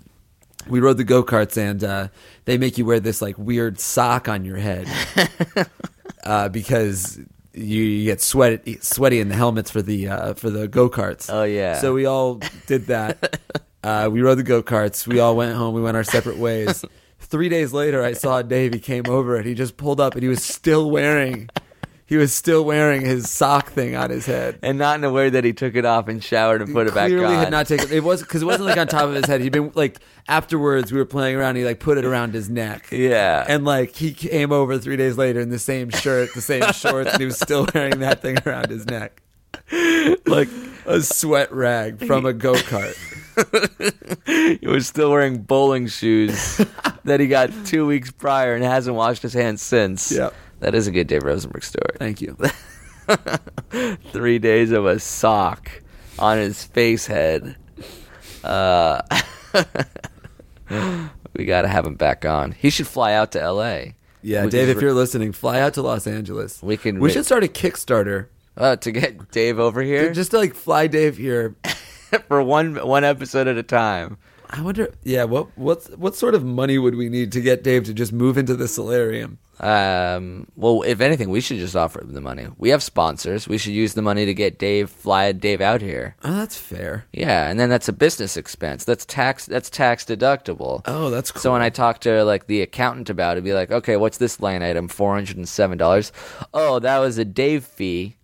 C: We rode the go karts and uh, they make you wear this like weird sock on your head uh, because you, you get sweaty sweaty in the helmets for the uh, for the go karts.
E: Oh, yeah.
C: So we all did
E: [LAUGHS]
C: that. uh, we rode the go karts. We all went home. We went our separate ways. Three days later, I saw Dave. He came over and he just pulled up and he was still wearing. He was still wearing his sock thing on his head.
E: And not in a way that he took it off and showered and put it back
C: Clearly
E: on.
C: had not taken it was because it wasn't like on top of his head. He'd been like afterwards we were playing around. He like put it around his neck.
E: Yeah.
C: and like he came over three days later in the same shirt, the same shorts, and he was still wearing that thing around his neck, like a sweat rag from a go kart.
E: [LAUGHS] he was still wearing bowling shoes [LAUGHS] that he got two weeks prior and hasn't washed his hands since.
C: Yep.
E: That is a good Dave Rosenberg story.
C: Thank you.
E: three days of a sock on his face head. Uh, [LAUGHS] we got to have him back on. He should fly out to L.A.
C: Yeah,
E: We
C: Dave,
E: can-
C: if you're listening, fly out to Los Angeles.
E: We can
C: We
E: re-
C: should start a Kickstarter.
E: uh, to get Dave over here
C: Just to like fly Dave here.
E: [LAUGHS] for one one episode at a time.
C: I wonder. Yeah, what what what sort of money would we need to get Dave to just move into the solarium?
E: Um, well, if anything, we should just offer him the money. We have sponsors. We should use the money to get Dave fly Dave out here.
C: Oh, that's fair.
E: Yeah, and then that's a business expense. That's tax. That's tax deductible.
C: Oh, that's cool.
E: So when I talk to like the accountant about it, I'd be like, okay, what's this line item? Four hundred and seven dollars. Oh, that was a Dave fee.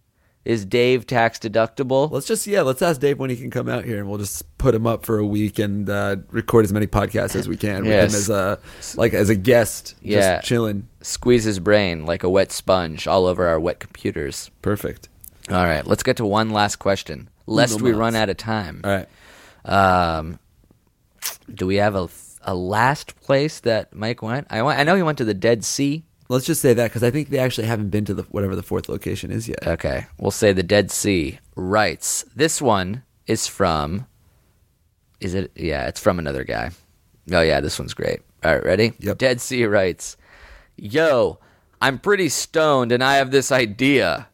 E: Is Dave tax deductible?
C: Let's just yeah, let's ask Dave when he can come out here, and we'll just put him up for a week and uh, record as many podcasts as we can
E: Yes.
C: with him as a like as a guest,
E: Yeah.
C: just chilling.
E: Squeeze his brain like a wet sponge all over our wet computers.
C: Perfect.
E: All right, let's get to one last question, lest
C: No
E: we
C: mas.
E: run out of time.
C: All right,
E: Um, do we have a a last place that Mike went? I want, I know he went to the Dead Sea.
C: let's just say that because I think they actually haven't been to the whatever the fourth location is yet.
E: Okay, we'll say the Dead Sea writes. This one is from. Is it? Yeah, it's from another guy. Oh yeah, this one's great. All right, ready?
C: Yep.
E: Dead Sea writes, "Yo, I'm pretty stoned, and I have this idea.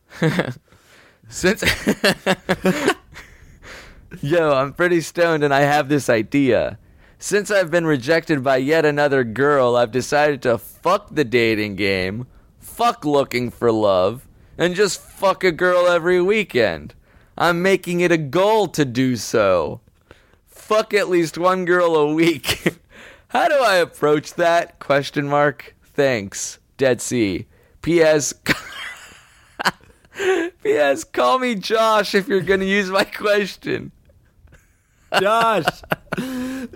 E: [LAUGHS] Since." Yo, I'm pretty stoned and I have this idea. Since I've been rejected by yet another girl, I've decided to fuck the dating game, fuck looking for love, and just fuck a girl every weekend. I'm making it a goal to do so. Fuck at least one girl a week. [LAUGHS] How do I approach that? Question mark. Thanks. Dead Sea. [LAUGHS] P.S. P.S. Call me Josh if you're going to use my question.
C: Josh, [LAUGHS]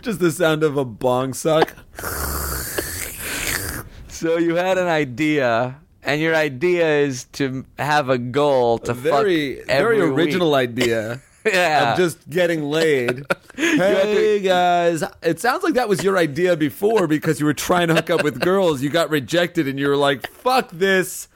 C: just the sound of a bong suck.
E: So you had an idea, and your idea is to have a goal to
C: Very
E: fuck
C: very
E: every
C: original [LAUGHS]
E: Week.
C: idea.
E: Yeah,
C: of just getting laid. [LAUGHS] hey guys, it sounds like that was your idea before because you were trying to hook up with girls. You got rejected and you were like, "Fuck this!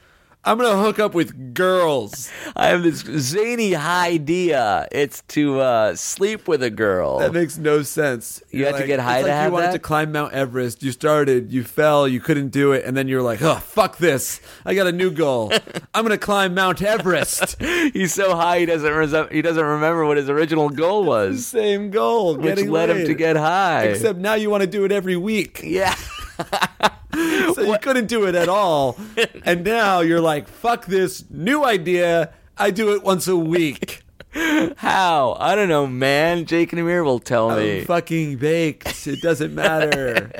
C: I'm gonna hook up with girls.
E: I have this zany idea. It's to uh, sleep with a girl.
C: That makes no sense.
E: You
C: You're
E: had to get high
C: it's
E: to
C: like
E: have
C: you wanted
E: that?
C: to climb Mount Everest. You started, you fell, you couldn't do it, and then you're like, "Oh, fuck this! I got a new [LAUGHS] goal. I'm gonna climb Mount Everest."
E: [LAUGHS] He's so high he doesn't resem- he doesn't remember what his
C: [LAUGHS]
E: original goal was,
C: Same goal,
E: which
C: getting
E: led him to
C: laid.
E: get high.
C: Except now you want to do it every week,
E: yeah,
C: [LAUGHS] so you couldn't do it at
E: [LAUGHS]
C: all, and now you're like, "Fuck this new idea! I do it once a
E: [LAUGHS]
C: week."
E: how? I don't know, man. Jake and Amir will tell me.
C: I'm fucking baked. It doesn't
E: [LAUGHS]
C: matter.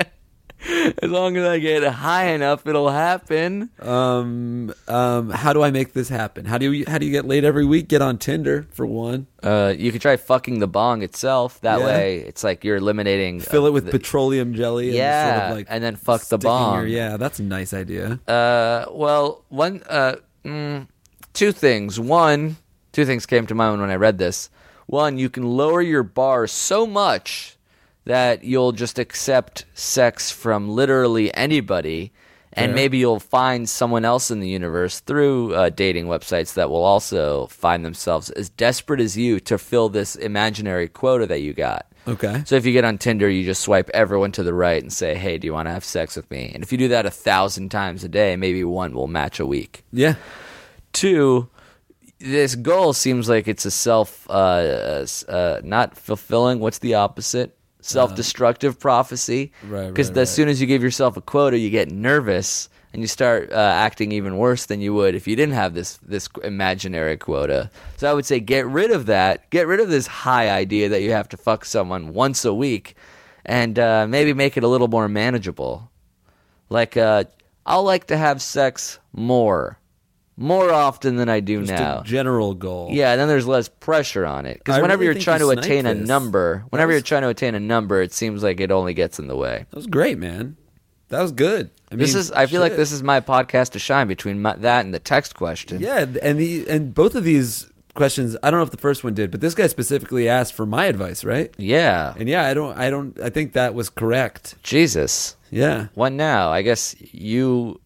E: As long as I get high enough, it'll happen.
C: um, um, how do I make this happen? How do you how do you get laid every week? Get on Tinder for one.
E: Uh, you could try fucking the bong itself. That
C: Yeah.
E: way, it's like you're eliminating.
C: Fill it with petroleum jelly. and
E: Uh, Yeah,
C: sort of like
E: and then fuck the
C: sticking your-
E: bong.
C: yeah, that's a nice idea.
E: Uh, well, one, uh, mm, two things. One, two things came to mind when I read this. One, you can lower your bar so much that you'll just accept sex from literally anybody, and maybe you'll find someone else in the universe through uh, dating websites that will also find themselves as desperate as you to fill this imaginary quota that you got.
C: okay.
E: So if you get on Tinder, you just swipe everyone to the right and say, "Hey, do you want to have sex with me?" And if you do that a thousand times a day, maybe one will match a week.
C: yeah.
E: Two, this goal seems like it's a self, uh, s- uh, not fulfilling. What's the opposite? Self-destructive prophecy.
C: Uh-huh. Right, right,
E: Because
C: right.
E: as soon as you give yourself a quota, you get nervous and you start uh, acting even worse than you would if you didn't have this this imaginary quota. So I would say get rid of that. Get rid of this high idea that you have to fuck someone once a week, and uh, maybe make it a little more manageable. Like uh, I'll like to have sex more, more often than I do
C: Just
E: now.
C: a general goal.
E: Yeah, and then there's less pressure on it because
C: I
E: whenever
C: really
E: you're
C: think
E: trying
C: you
E: to
C: sniped
E: attain a
C: this.
E: number, whenever
C: was-
E: you're trying to attain a number, it seems like it only gets in the way.
C: That was great, man. That was good. I mean,
E: this is, I feel like
C: shit.
E: this is my podcast to shine between my, that and the text question.
C: Yeah, and the and both of these questions, I don't know if the first one did, but this guy specifically asked for my advice, right?
E: Yeah.
C: And yeah, I don't, I don't, I think that was correct.
E: Jesus.
C: Yeah,
E: What now? I guess you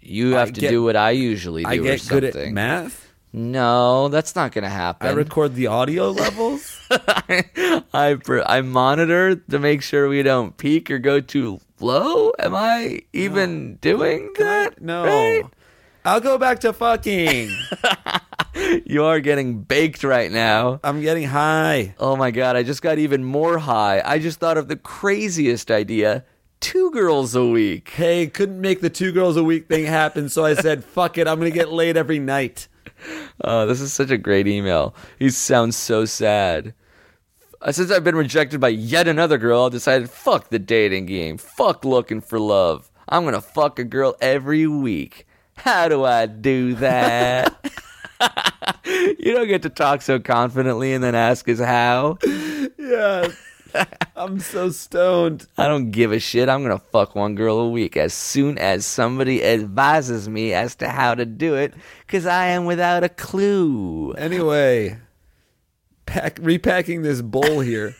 E: you
C: I
E: have to
C: get-
E: do what I usually do
C: I
E: or
C: get good
E: something.
C: at math.
E: No, that's not going to happen.
C: I record the [LAUGHS] audio levels.
E: I pr- I monitor to make sure we don't peak or go too low. Am I even doing that?
C: No,
E: right?
C: I'll go back to [LAUGHS] fucking.
E: You are getting baked right now.
C: I'm getting high.
E: Oh my god, I just got even more high. I just thought of the craziest idea. Two girls a week.
C: Hey, couldn't make the two girls a week thing happen, so I said, [LAUGHS] "Fuck it, I'm gonna get laid every night."
E: Oh, this is such a great email. He sounds so sad. Uh, Since I've been rejected by yet another girl, I've decided fuck the dating game. Fuck looking for love. I'm gonna fuck a girl every week. How do I do that? [LAUGHS] you don't get to talk so confidently and then ask us how.
C: Yeah, I'm so stoned.
E: I don't give a shit. I'm gonna fuck one girl a week as soon as somebody advises me as to how to do it, because I am without a clue.
C: Anyway, pack repacking this bowl here.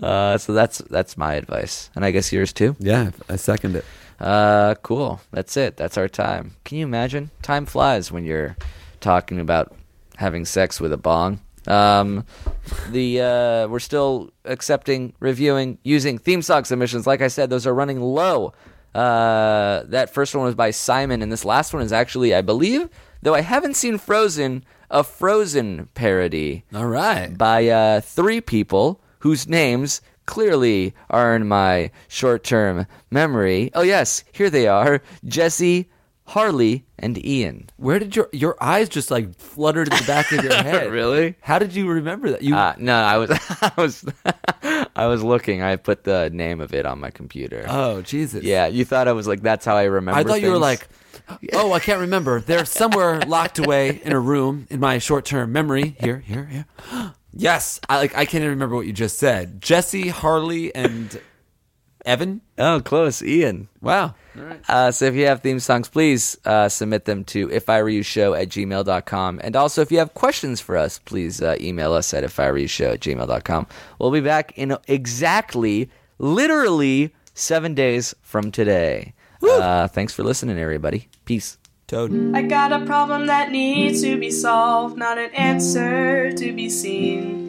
E: Uh, so that's that's my advice, and I guess yours too.
C: [LAUGHS] yeah, I second it.
E: Uh, cool. That's it. That's our time. Can you imagine? Time flies when you're talking about having sex with a bong. Um, the uh, we're still accepting, reviewing, using theme song submissions. Like I said, those are running low. Uh, that first one was by Simon, and this last one is actually, I believe, though I haven't seen Frozen, a Frozen parody
C: All right.
E: by uh, three people whose names clearly are in my short term memory. Oh, yes, here they are Jesse, Harley, and Ian.
C: Where did your your eyes just like flutter to the back
E: [LAUGHS]
C: of your head?
E: Really?
C: How did you remember that? You
E: Uh, no, I was, [LAUGHS] I was, I was looking. I put the name of it on my computer.
C: oh Jesus!
E: yeah, you thought I was like, that's how I remember.
C: I thought you were
E: things?
C: like, oh, I can't remember. They're somewhere locked away in a room in my short term memory. Here, here, here. [GASPS] Yes, I like. I can't even remember what you just said. Jesse, Harley, and Evan.
E: oh, close, Ian.
C: Wow.
E: Uh, so if you have theme songs, please uh, submit them to ifiwereyoushow at gmail.com. And also, if you have questions for us, please uh, email us at ifiwereyoushow at gmail.com. We'll be back in exactly, literally, seven days from today. Uh, thanks for listening, everybody. Peace. Toad.
F: I got a problem that needs to be solved, not an answer to be seen.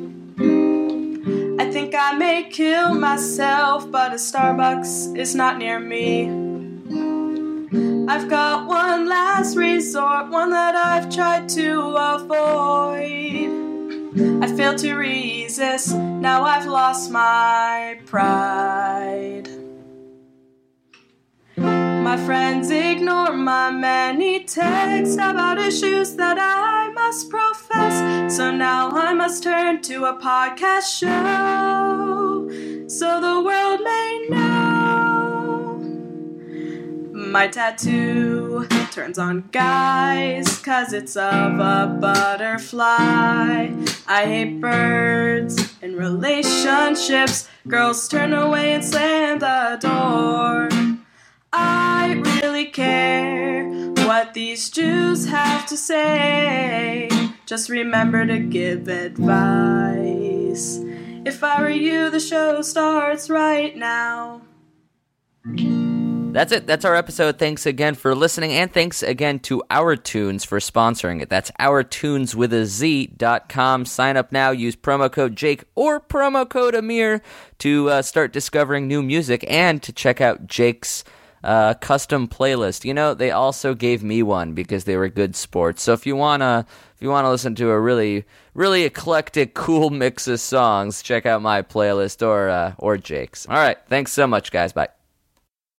F: I think I may kill myself, but a Starbucks is not near me. I've got one last resort, one that I've tried to avoid. I failed to resist, now I've lost my pride. My friends ignore my many texts about issues that I must profess. So now I must turn to a podcast show so the world may know. My tattoo turns on guys cause it's of a butterfly. I hate birds and relationships. Girls turn away and slam the door. I really care what these Jews have to say. Just remember to give advice. If I were you, the show starts right now.
E: That's it. That's our episode. Thanks again for listening, and thanks again to Our Tunes for sponsoring it. That's OurTunes with a Z dot com. Sign up now. Use promo code Jake or promo code Amir to uh, start discovering new music and to check out Jake's uh, custom playlist. You know, they also gave me one because they were good sports. So if you wanna if you wanna listen to a really really eclectic, cool mix of songs, check out my playlist or uh, or Jake's. All right. Thanks so much, guys. Bye.